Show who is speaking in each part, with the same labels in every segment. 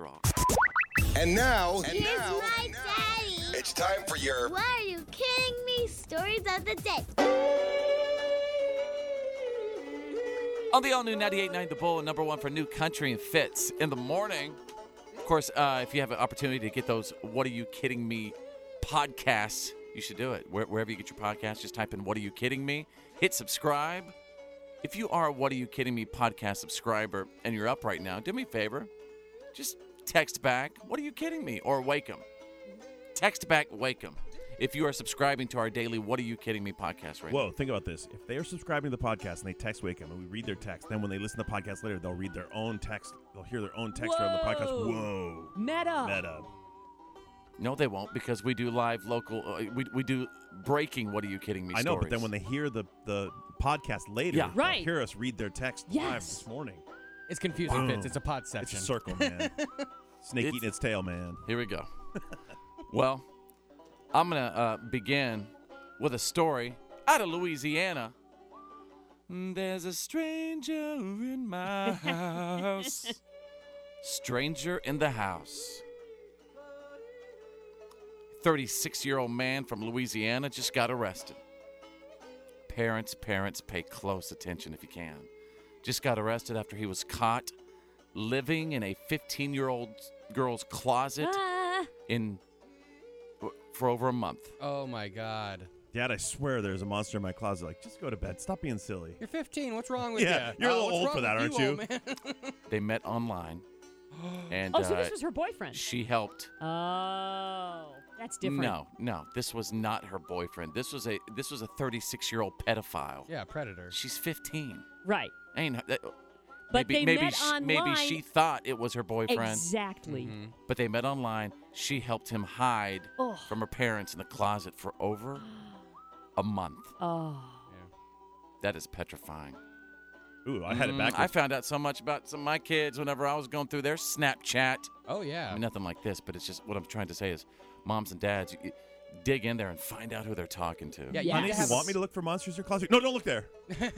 Speaker 1: wrong.
Speaker 2: And now, and
Speaker 3: Here's
Speaker 2: now,
Speaker 3: my daddy.
Speaker 2: it's time for your.
Speaker 3: Why are you kidding me? Stories of the day.
Speaker 1: On the all new 98.9 The Bull, number one for new country and fits in the morning. Of course, uh, if you have an opportunity to get those What Are You Kidding Me podcasts, you should do it. Where, wherever you get your podcast, just type in What Are You Kidding Me? Hit subscribe. If you are a What Are You Kidding Me podcast subscriber and you're up right now, do me a favor. Just text back, What Are You Kidding Me? or Wake 'em. Text back, Wake 'em. If you are subscribing to our daily What Are You Kidding Me podcast right now.
Speaker 4: Whoa, think about this. If they are subscribing to the podcast and they text Wakeham and we read their text, then when they listen to the podcast later, they'll read their own text. They'll hear their own text on the podcast.
Speaker 5: Whoa.
Speaker 4: Whoa.
Speaker 5: Meta.
Speaker 4: Meta.
Speaker 1: No, they won't because we do live local. Uh, we, we do breaking. What are you kidding me?
Speaker 4: I know, but then
Speaker 1: stories.
Speaker 4: when they hear the, the podcast later,
Speaker 1: Yeah.
Speaker 4: they'll
Speaker 5: Right.
Speaker 4: hear us read their text live
Speaker 5: Yes.
Speaker 4: this morning.
Speaker 6: It's confusing,
Speaker 4: Boom.
Speaker 6: Fitz. It's a pod
Speaker 4: It's a
Speaker 6: section.
Speaker 4: circle, man. Snake
Speaker 1: It's-
Speaker 4: eating its tail, man.
Speaker 1: here we go. well, I'm gonna uh, begin with a story out of Louisiana. Mm, There's a stranger in my house. stranger in the house. 36 year old man from Louisiana just got arrested. Parents, parents, pay close attention if you can. Just got arrested after he was caught living in a 15 year old girl's closet
Speaker 5: Ah.
Speaker 1: in for over a month.
Speaker 6: oh my God.
Speaker 4: Dad, I swear there's a monster in my closet. Like, just go to bed. Stop being silly.
Speaker 6: You're 15. What's wrong with
Speaker 4: Yeah,
Speaker 6: you?
Speaker 4: you're a little
Speaker 6: Oh, what's
Speaker 4: old
Speaker 6: wrong
Speaker 4: for that,
Speaker 6: with
Speaker 4: aren't
Speaker 6: you, old man?
Speaker 1: They met online, and
Speaker 5: Oh, so
Speaker 1: uh,
Speaker 5: this was her boyfriend.
Speaker 1: she helped.
Speaker 5: Oh, that's different.
Speaker 1: No, no, this was not her boyfriend. This was a this was a 36 year old pedophile.
Speaker 6: yeah, predator.
Speaker 1: She's 15.
Speaker 5: Right.
Speaker 1: Ain't that,
Speaker 5: But
Speaker 1: maybe
Speaker 5: they
Speaker 1: maybe
Speaker 5: met
Speaker 1: she, maybe she
Speaker 5: online.
Speaker 1: thought it was her boyfriend,
Speaker 5: Exactly.
Speaker 6: Mm-hmm.
Speaker 1: but they met online. She helped him hide
Speaker 5: Ugh.
Speaker 1: from her parents in the closet for over a month.
Speaker 5: Oh.
Speaker 1: That is petrifying.
Speaker 4: Ooh, I had it
Speaker 1: Mm,
Speaker 4: back.
Speaker 1: I found out so much about some of my kids whenever I was going through their Snapchat.
Speaker 6: Oh yeah.
Speaker 1: I mean, nothing like this, but it's just what I'm trying to say is, moms and dads, you, you dig in there and find out who they're talking to.
Speaker 6: yeah,
Speaker 5: Honey,
Speaker 6: you gotta
Speaker 4: Honey,
Speaker 5: Yes.
Speaker 4: you
Speaker 6: have-
Speaker 4: want me to look for monsters in your closet? No, don't look there.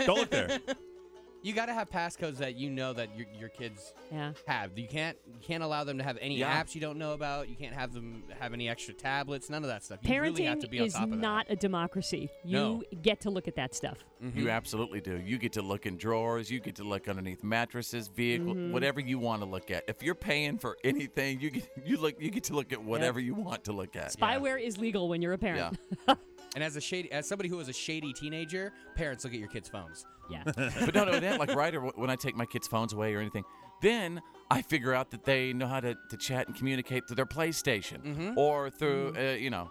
Speaker 4: Don't look there.
Speaker 6: You got to have passcodes that you know that your, your kids
Speaker 5: Yeah.
Speaker 6: have. You can't you can't allow them to have any
Speaker 1: Yeah.
Speaker 6: apps you don't know about. You can't have them have any extra tablets. None of that stuff. You
Speaker 5: Parenting
Speaker 6: really have to be on
Speaker 5: is
Speaker 6: top of
Speaker 5: not a democracy. You
Speaker 6: No.
Speaker 5: get to look at that stuff.
Speaker 6: that. Mhm.
Speaker 1: You absolutely do. You get to look in drawers. You get to look underneath mattresses, vehicle, whatever you want to look at. If you're paying for anything, you get you look you get to look at whatever you want to look at.
Speaker 5: Spyware is legal when you're a
Speaker 1: Yeah.
Speaker 5: parent.
Speaker 6: and as a shady, as somebody who was a shady teenager, parents look at your kids' phones.
Speaker 5: Yeah.
Speaker 1: but no, no, then like right or when I take my kids' phones away or anything, then I figure out that they know how to, to chat and communicate through their PlayStation or through uh, you know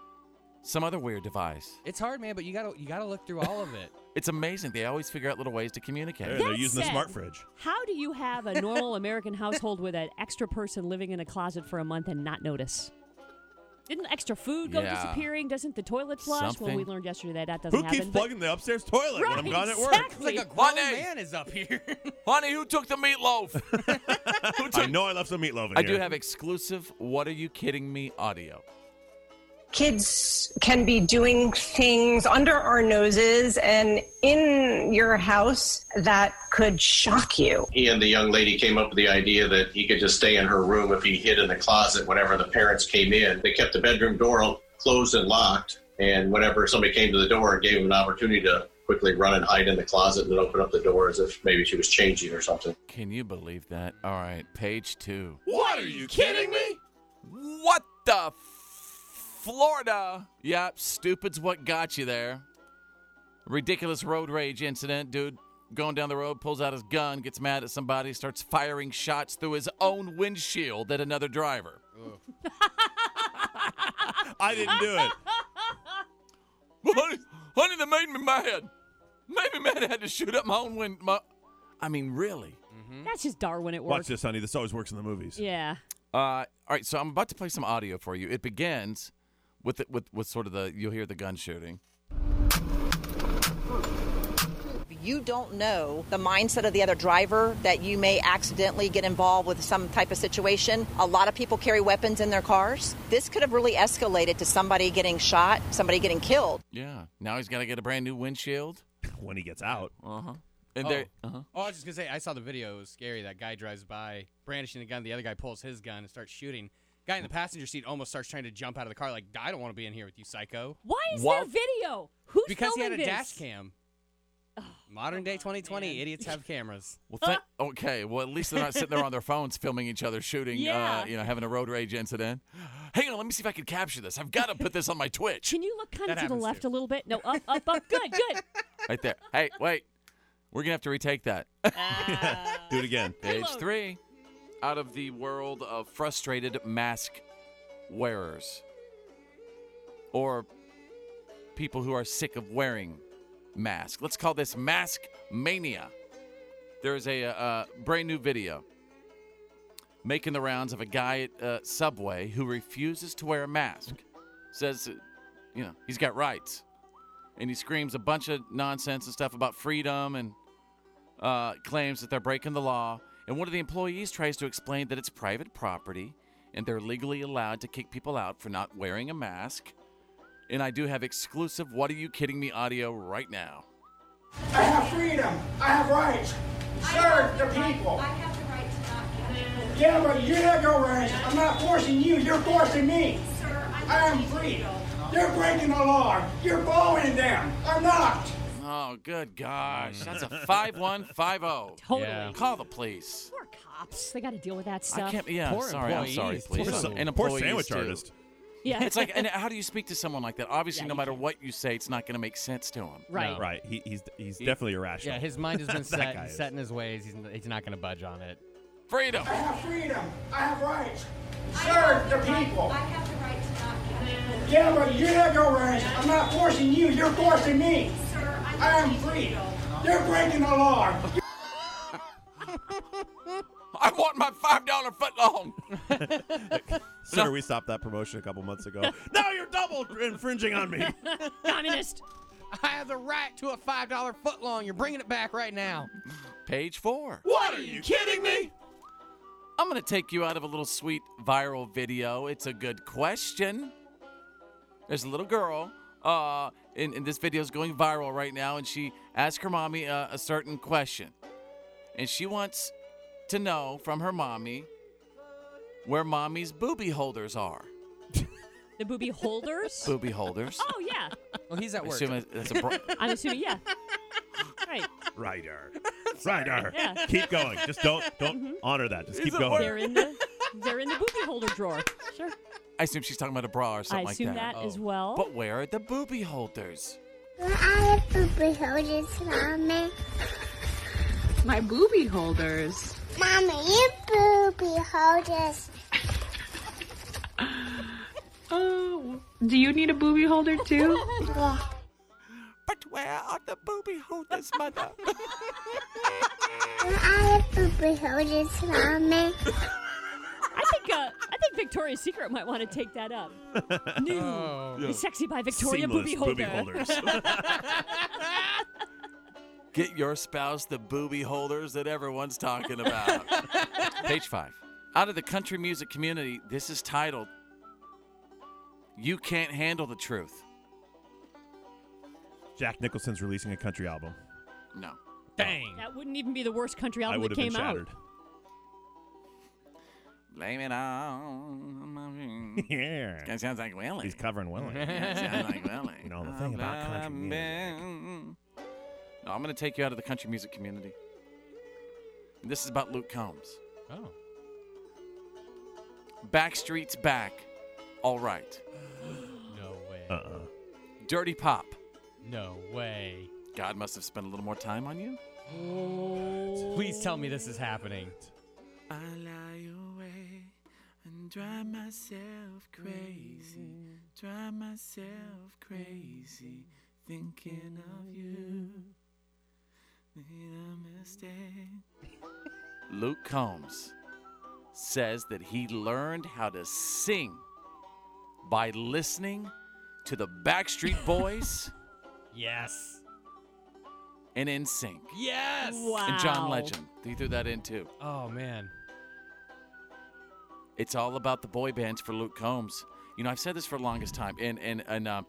Speaker 1: some other weird device.
Speaker 6: It's hard, man, but you gotta you gotta look through all of it.
Speaker 1: It's amazing. They always figure out little ways to
Speaker 4: There,
Speaker 1: communicate.
Speaker 4: they're
Speaker 5: That
Speaker 4: using the
Speaker 5: said-
Speaker 4: smart fridge.
Speaker 5: How do you have a normal American household with an extra person living in a closet for a month and not notice? Didn't extra food go
Speaker 1: Yeah.
Speaker 5: disappearing? Doesn't the toilet flush? Well, we
Speaker 1: Something.
Speaker 5: learned yesterday that that doesn't
Speaker 4: Who keeps
Speaker 5: happen. but-
Speaker 4: plugging the upstairs toilet
Speaker 5: right,
Speaker 4: when I'm gone at work?
Speaker 5: exactly.
Speaker 6: It's like a grown
Speaker 1: Honey.
Speaker 6: man is up here.
Speaker 1: Honey, who took the meatloaf? who
Speaker 4: I
Speaker 1: took-
Speaker 4: know I left some meatloaf in
Speaker 1: I
Speaker 4: here.
Speaker 1: do have exclusive What Are You Kidding Me audio.
Speaker 7: kids can be doing things under our noses and in your house that could shock you.
Speaker 8: he and the young lady came up with the idea that he could just stay in her room if he hid in the closet whenever the parents came in. They kept the bedroom door closed and locked, and whenever somebody came to the door, it gave him an opportunity to quickly run and hide in the closet and then open up the door as if maybe she was changing or something.
Speaker 1: Can you believe that? All right, page two.
Speaker 4: What are you kidding me?
Speaker 1: What the Florida? Yep, stupid's what got you there. Ridiculous road rage incident. Dude going down the road, pulls out his gun, gets mad at somebody, starts firing shots through his own windshield at another driver.
Speaker 4: I didn't do it.
Speaker 1: honey, honey, that made me mad. Made me mad. I had to shoot up my own wind. My, I mean, really.
Speaker 5: That's just Darwin at work.
Speaker 4: Watch this, honey. This always works in the movies.
Speaker 5: Yeah.
Speaker 1: Uh, all right, so I'm about to play some audio for you. It begins with the, with with sort of the you'll hear the gun shooting.
Speaker 9: You don't know the mindset of the other driver that you may accidentally get involved with some type of situation. A lot of people carry weapons in their cars. This could have really escalated to somebody getting shot, somebody getting killed.
Speaker 1: Yeah. Now he's got to get a brand new windshield.
Speaker 4: When he gets out,
Speaker 1: Uh huh. And there, uh-huh.
Speaker 6: Oh, I was just gonna say, I saw the video. It was scary. That guy drives by brandishing the gun. The other guy pulls his gun and starts shooting. Guy in the passenger seat almost starts trying to jump out of the car. Like, I don't want to be in here with you, psycho.
Speaker 5: Why is
Speaker 1: What?
Speaker 5: there video? Who's
Speaker 6: Because he had a
Speaker 5: filming this?
Speaker 6: dash cam. Modern day 2020, idiots have cameras.
Speaker 1: Well, th- okay. Well, at least they're not sitting there on their phones filming each other shooting.
Speaker 5: Yeah.
Speaker 1: Uh, you know, having a road rage incident. Hang on, let me see if I can capture this. I've got to put this on my Twitch
Speaker 5: Can you look kind
Speaker 6: That
Speaker 5: of to the
Speaker 6: happens
Speaker 5: left a
Speaker 6: too.
Speaker 5: little bit? No, up, up, up. Good, good.
Speaker 1: right there. Hey, wait. We're gonna have to retake that.
Speaker 4: Do it again.
Speaker 1: Page
Speaker 5: Reload.
Speaker 1: three, out of the world of frustrated mask wearers, or people who are sick of wearing masks. Let's call this mask mania. There is a uh, brand new video making the rounds of a guy at uh, Subway who refuses to wear a mask. Says, uh, you know, he's got rights, and he screams a bunch of nonsense and stuff about freedom and uh, claims that they're breaking the law, and one of the employees tries to explain that it's private property and they're legally allowed to kick people out for not wearing a mask. And I do have exclusive What Are You Kidding Me audio right now.
Speaker 10: I have freedom. I have rights. Serve the people.
Speaker 3: I have the right to not get
Speaker 10: Yeah, but you have your rights. I'm not forcing you. You're forcing me.
Speaker 3: Sir, I'm
Speaker 10: I am free. They're breaking the law. You're following them. I'm not.
Speaker 1: Oh, good gosh. That's a 5150.
Speaker 5: Totally.
Speaker 6: Yeah.
Speaker 1: oh. Call the police.
Speaker 5: Poor cops. They got to deal with that stuff.
Speaker 1: I can't. Yeah,
Speaker 6: Poor
Speaker 1: sorry.
Speaker 6: employees,
Speaker 1: I'm sorry, please.
Speaker 6: too.
Speaker 1: And
Speaker 4: Poor
Speaker 1: employees,
Speaker 4: sandwich
Speaker 1: too.
Speaker 4: artist.
Speaker 5: Yeah.
Speaker 1: It's like, and how do you speak to someone like that? Obviously,
Speaker 5: Yeah,
Speaker 1: no
Speaker 5: you
Speaker 1: matter
Speaker 5: can't.
Speaker 1: what you say, it's not going to make sense to them.
Speaker 5: right.
Speaker 6: No.
Speaker 4: Right. He, he's he's definitely irrational.
Speaker 6: Yeah, his mind has been
Speaker 4: That
Speaker 6: set,
Speaker 4: guy
Speaker 6: he's
Speaker 4: is.
Speaker 6: set in his ways. He's, n- he's not going to budge on it.
Speaker 1: Freedom.
Speaker 10: I have freedom. I have rights. Serve the
Speaker 2: Oh.
Speaker 10: people.
Speaker 3: I have the right to not get
Speaker 10: Yeah, but you have your rights. I'm not forcing you. You're forcing me.
Speaker 3: Sir, I'm
Speaker 10: I am free. They're breaking the law.
Speaker 1: I want my $5 foot long.
Speaker 4: Sir, we stopped that promotion a couple months ago. now you're double infringing on me.
Speaker 5: Communist.
Speaker 6: I have the right to a $5 footlong. You're bringing it back right now.
Speaker 1: Page four.
Speaker 4: what are you kidding me?
Speaker 1: I'm going to take you out of a little sweet viral video. It's a good question. There's a little girl, uh, and, and this video is going viral right now, and she asked her mommy uh, a certain question. And she wants to know from her mommy where mommy's booby holders are.
Speaker 5: The booby holders.
Speaker 1: Booby holders?
Speaker 5: oh yeah.
Speaker 6: Well, he's at
Speaker 1: I
Speaker 6: work.
Speaker 1: assume it's- it's a bra-
Speaker 5: I'm assuming yeah. Right.
Speaker 4: Ryder. Ryder.
Speaker 5: Yeah.
Speaker 4: Keep going. Just don't don't honor that. Just keep
Speaker 1: it
Speaker 4: going.
Speaker 5: They're in the they're in the booby holder drawer. Sure.
Speaker 1: I assume she's talking about a bra or
Speaker 5: I
Speaker 1: something
Speaker 5: assume
Speaker 1: like
Speaker 5: that,
Speaker 1: that.
Speaker 5: as
Speaker 6: Oh.
Speaker 5: well.
Speaker 1: But where are the booby holders?
Speaker 3: Well, I have booby holders, Mommy.
Speaker 7: My booby holders.
Speaker 3: Mommy, you booby holders.
Speaker 7: Oh, do you need a booby holder too?
Speaker 1: But where are the booby holders, mother?
Speaker 3: Well, I have booby holders, Mommy.
Speaker 5: I think uh, I think Victoria's Secret might want to take that up. New, sexy by Victoria
Speaker 4: Seamless
Speaker 5: booby holder.
Speaker 4: holders.
Speaker 1: Get your spouse the booby holders that everyone's talking about. Page five. Out of the country music community, this is titled You Can't Handle the Truth.
Speaker 4: Jack Nicholson's releasing a country album.
Speaker 1: No.
Speaker 6: Dang.
Speaker 5: That wouldn't even be the worst country
Speaker 4: I
Speaker 5: album
Speaker 4: would
Speaker 5: that
Speaker 4: have been
Speaker 5: came out.
Speaker 4: shattered.
Speaker 1: Blame it on.
Speaker 4: Yeah.
Speaker 1: That sounds like Willie.
Speaker 4: He's covering Willie.
Speaker 1: That sounds like Willie.
Speaker 4: You know, the thing about country music.
Speaker 1: No, I'm going to take you out of the country music community. This is about Luke Combs.
Speaker 6: Oh.
Speaker 1: Backstreet's back. All right.
Speaker 6: No way.
Speaker 4: Uh-uh.
Speaker 1: Dirty Pop.
Speaker 6: No way.
Speaker 1: God must have spent a little more time on you.
Speaker 6: Please tell me this is happening.
Speaker 1: I lie away and drive myself crazy, drive myself crazy, thinking of you. Luke Combs says that he learned how to sing by listening to the Backstreet Boys
Speaker 6: Yes.
Speaker 1: and NSYNC
Speaker 6: Yes.
Speaker 5: Wow.
Speaker 1: and John Legend. He threw that in too.
Speaker 6: Oh man.
Speaker 1: It's all about the boy bands for Luke Combs. You know, I've said this for the longest time, and and and uh,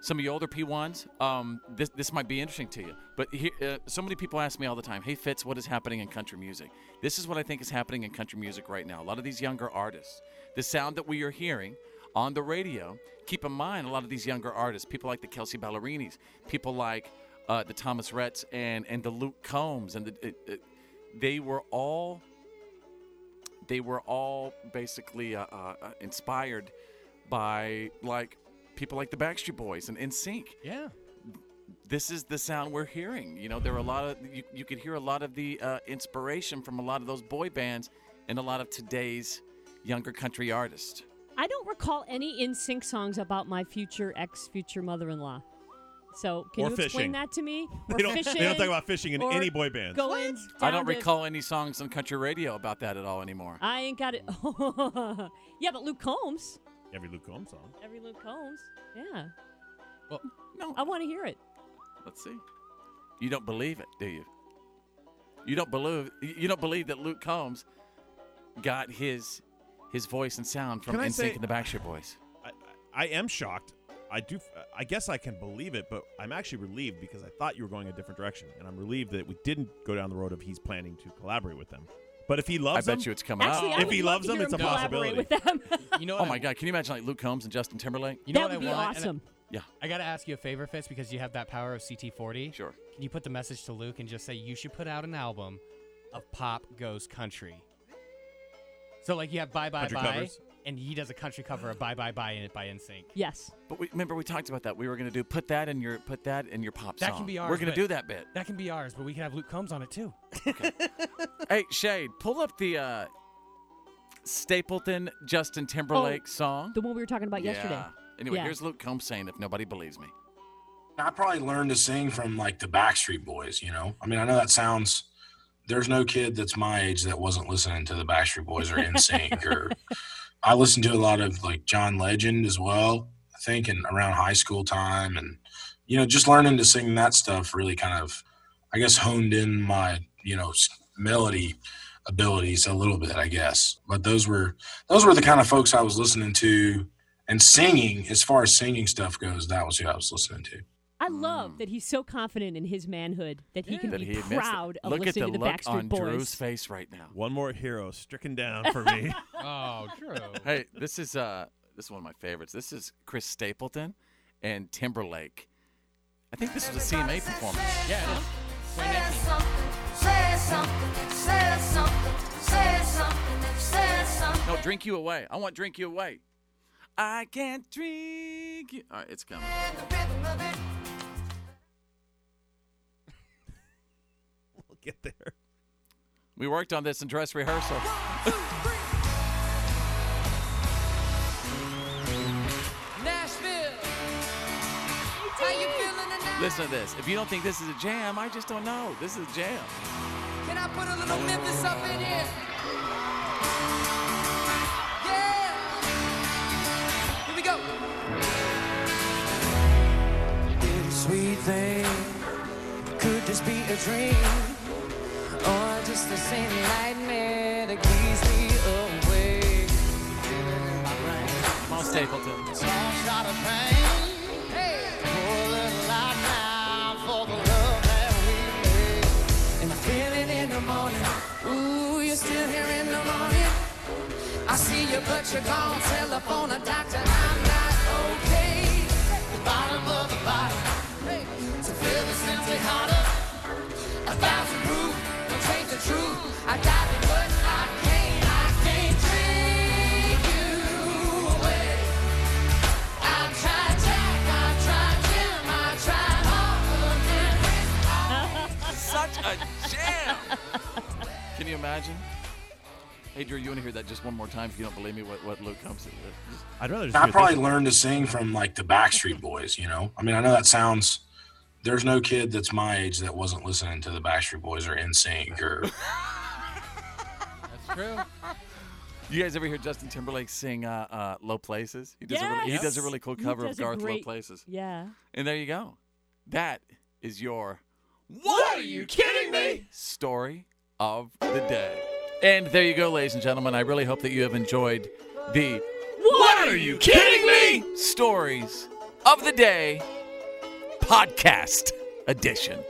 Speaker 1: some of you older P1s, um, this, this might be interesting to you. But here, uh, so many people ask me all the time, hey, Fitz, what is happening in country music? This is what I think is happening in country music right now. A lot of these younger artists, the sound that we are hearing on the radio, keep in mind a lot of these younger artists, people like the Kelsey Ballerinis, people like uh, the Thomas Rhett's and, and the Luke Combs, and the, it, it, they were all they were all basically uh, uh, uh, inspired by like people like the Backstreet Boys and NSYNC.
Speaker 6: Yeah.
Speaker 1: This is the sound we're hearing. You know, there are a lot of you, you could hear a lot of the uh, inspiration from a lot of those boy bands and a lot of today's younger country artists.
Speaker 5: I don't recall any in sync songs about my future ex future mother in law. So can
Speaker 4: Or
Speaker 5: you
Speaker 4: fishing.
Speaker 5: explain that to me?
Speaker 4: They
Speaker 5: Or
Speaker 4: don't- they
Speaker 5: fishing.
Speaker 4: don't talk about fishing in
Speaker 5: or
Speaker 4: any boy bands.
Speaker 5: Going
Speaker 1: I
Speaker 5: down
Speaker 1: don't
Speaker 5: to-
Speaker 1: recall any songs on country radio about that at all anymore.
Speaker 5: I ain't got it. yeah, but Luke Combs.
Speaker 4: Every Luke Combs song.
Speaker 5: Every Luke Combs. Yeah.
Speaker 6: Well,
Speaker 1: no.
Speaker 5: I want to hear it.
Speaker 1: Let's see. You don't believe it, do you? You don't believe you don't believe that Luke Combs got his his voice and sound from
Speaker 4: Can I
Speaker 1: NSYNC
Speaker 4: say-
Speaker 1: and the Backstreet Boys.
Speaker 4: I am shocked. I do. I guess I can believe it, but I'm actually relieved because I thought you were going a different direction, and I'm relieved that we didn't go down the road of he's planning to collaborate with them. But if he loves
Speaker 1: I
Speaker 4: them,
Speaker 1: bet you it's coming
Speaker 5: Actually,
Speaker 1: out.
Speaker 5: I
Speaker 4: If
Speaker 5: would
Speaker 4: he
Speaker 5: love
Speaker 4: loves
Speaker 5: to
Speaker 4: them,
Speaker 5: hear
Speaker 4: it's a
Speaker 5: him collaborate
Speaker 4: possibility.
Speaker 5: With them.
Speaker 6: You know what
Speaker 1: Oh
Speaker 6: I-
Speaker 1: my God! Can you imagine like Luke Combs and Justin Timberlake?
Speaker 6: You
Speaker 5: that
Speaker 6: know what I
Speaker 5: would be
Speaker 6: want? And I-
Speaker 5: awesome.
Speaker 1: Yeah,
Speaker 6: I gotta ask you a favor, Fitz, because you have that power of CT40.
Speaker 1: Sure.
Speaker 6: Can you put the message to Luke and just say you should put out an album of pop goes country? So like you have Bye Bye
Speaker 4: Country
Speaker 6: Bye,
Speaker 4: covers?
Speaker 6: and he does a country cover of Bye Bye Bye in it by NSYNC.
Speaker 5: Yes.
Speaker 1: but we, remember we talked about that. We were gonna do put that in your put that in your pop
Speaker 6: That
Speaker 1: song.
Speaker 6: can be ours.
Speaker 1: We're gonna
Speaker 6: but-
Speaker 1: do that bit.
Speaker 6: That can be ours, but we can have Luke Combs on it too.
Speaker 1: hey Shade, pull up the uh, Stapleton Justin Timberlake song.
Speaker 5: Oh, The one we were talking about
Speaker 1: yeah.
Speaker 5: yesterday.
Speaker 1: Anyway,
Speaker 5: Yeah.
Speaker 1: here's Luke Combs saying, "If nobody believes me."
Speaker 11: I probably learned to sing from like the Backstreet Boys, you know? I mean, I know that sounds, there's no kid that's my age that wasn't listening to the Backstreet Boys or NSYNC or I listened to a lot of like John Legend as well, I think, and around high school time. And, you know, just learning to sing that stuff really kind of, I guess, honed in my, you know, s- melody abilities a little bit, I guess. But those were, those were the kind of folks I was listening to and singing, as far as singing stuff goes, that was who I was listening to.
Speaker 5: I love that he's so confident in his manhood that he can
Speaker 1: Hmm. that
Speaker 5: be
Speaker 1: he admits
Speaker 5: proud
Speaker 1: it.
Speaker 5: of
Speaker 1: Look at the
Speaker 5: listening to the
Speaker 1: look
Speaker 5: Backstreet
Speaker 1: on
Speaker 5: Boys.
Speaker 1: Drew's face right now.
Speaker 4: one more hero stricken down for me.
Speaker 6: Oh, true.
Speaker 1: hey, this is uh this is one of my favorites. This is Chris Stapleton and Timberlake. I think this was a CMA performance.
Speaker 6: Yeah. it is.
Speaker 1: No, drink you away. I want drink you away. I can't drink you. All right, it's coming.
Speaker 4: we'll get there.
Speaker 1: We worked on this in dress rehearsal. Listen to this. If you don't think this is a jam, I just don't know. This is a jam.
Speaker 12: Can I put a little Memphis up in here? Yeah. Here we go. Little sweet thing, could this be a dream? Or just the same nightmare that keeps me awake?
Speaker 1: Come on, Stapleton.
Speaker 12: Small shot of pain. Hey. Pour a little out now for the love that we made. And I feel it in the morning. Ooh, you're still here in the morning. I see you, but you're gone. Telephone a doctor, I'm not okay. The bottom of the bottom. Hey. To feel this empty heart up. A thousand proof. Don't take the truth. I got it, but I can't. I can't drink you away. I tried Jack, I tried Jim, I tried all of them.
Speaker 1: Such a jam. Can you imagine? Hey, Drew, you want to hear that just one more time if you don't believe me what, what Luke comes to?
Speaker 4: I'd rather just.
Speaker 11: I
Speaker 4: hear
Speaker 11: probably
Speaker 4: this.
Speaker 11: learned to sing from like the Backstreet Boys, you know? I mean, I know that sounds, there's no kid that's my age that wasn't listening to the Backstreet Boys or NSYNC or,
Speaker 6: That's true.
Speaker 1: You guys ever hear Justin Timberlake sing uh, uh, "Low Places"? He does, a really, he does a
Speaker 5: Yes.
Speaker 1: really cool
Speaker 5: He
Speaker 1: cover of
Speaker 5: does a
Speaker 1: Garth "Low
Speaker 5: great-
Speaker 1: Places,"
Speaker 5: Yeah.
Speaker 1: and there you go. That is your
Speaker 6: What are you kidding me?
Speaker 1: story of the day. And there you go, ladies and gentlemen. I really hope that you have enjoyed the
Speaker 5: What
Speaker 1: are you kidding me? Stories of the day podcast edition.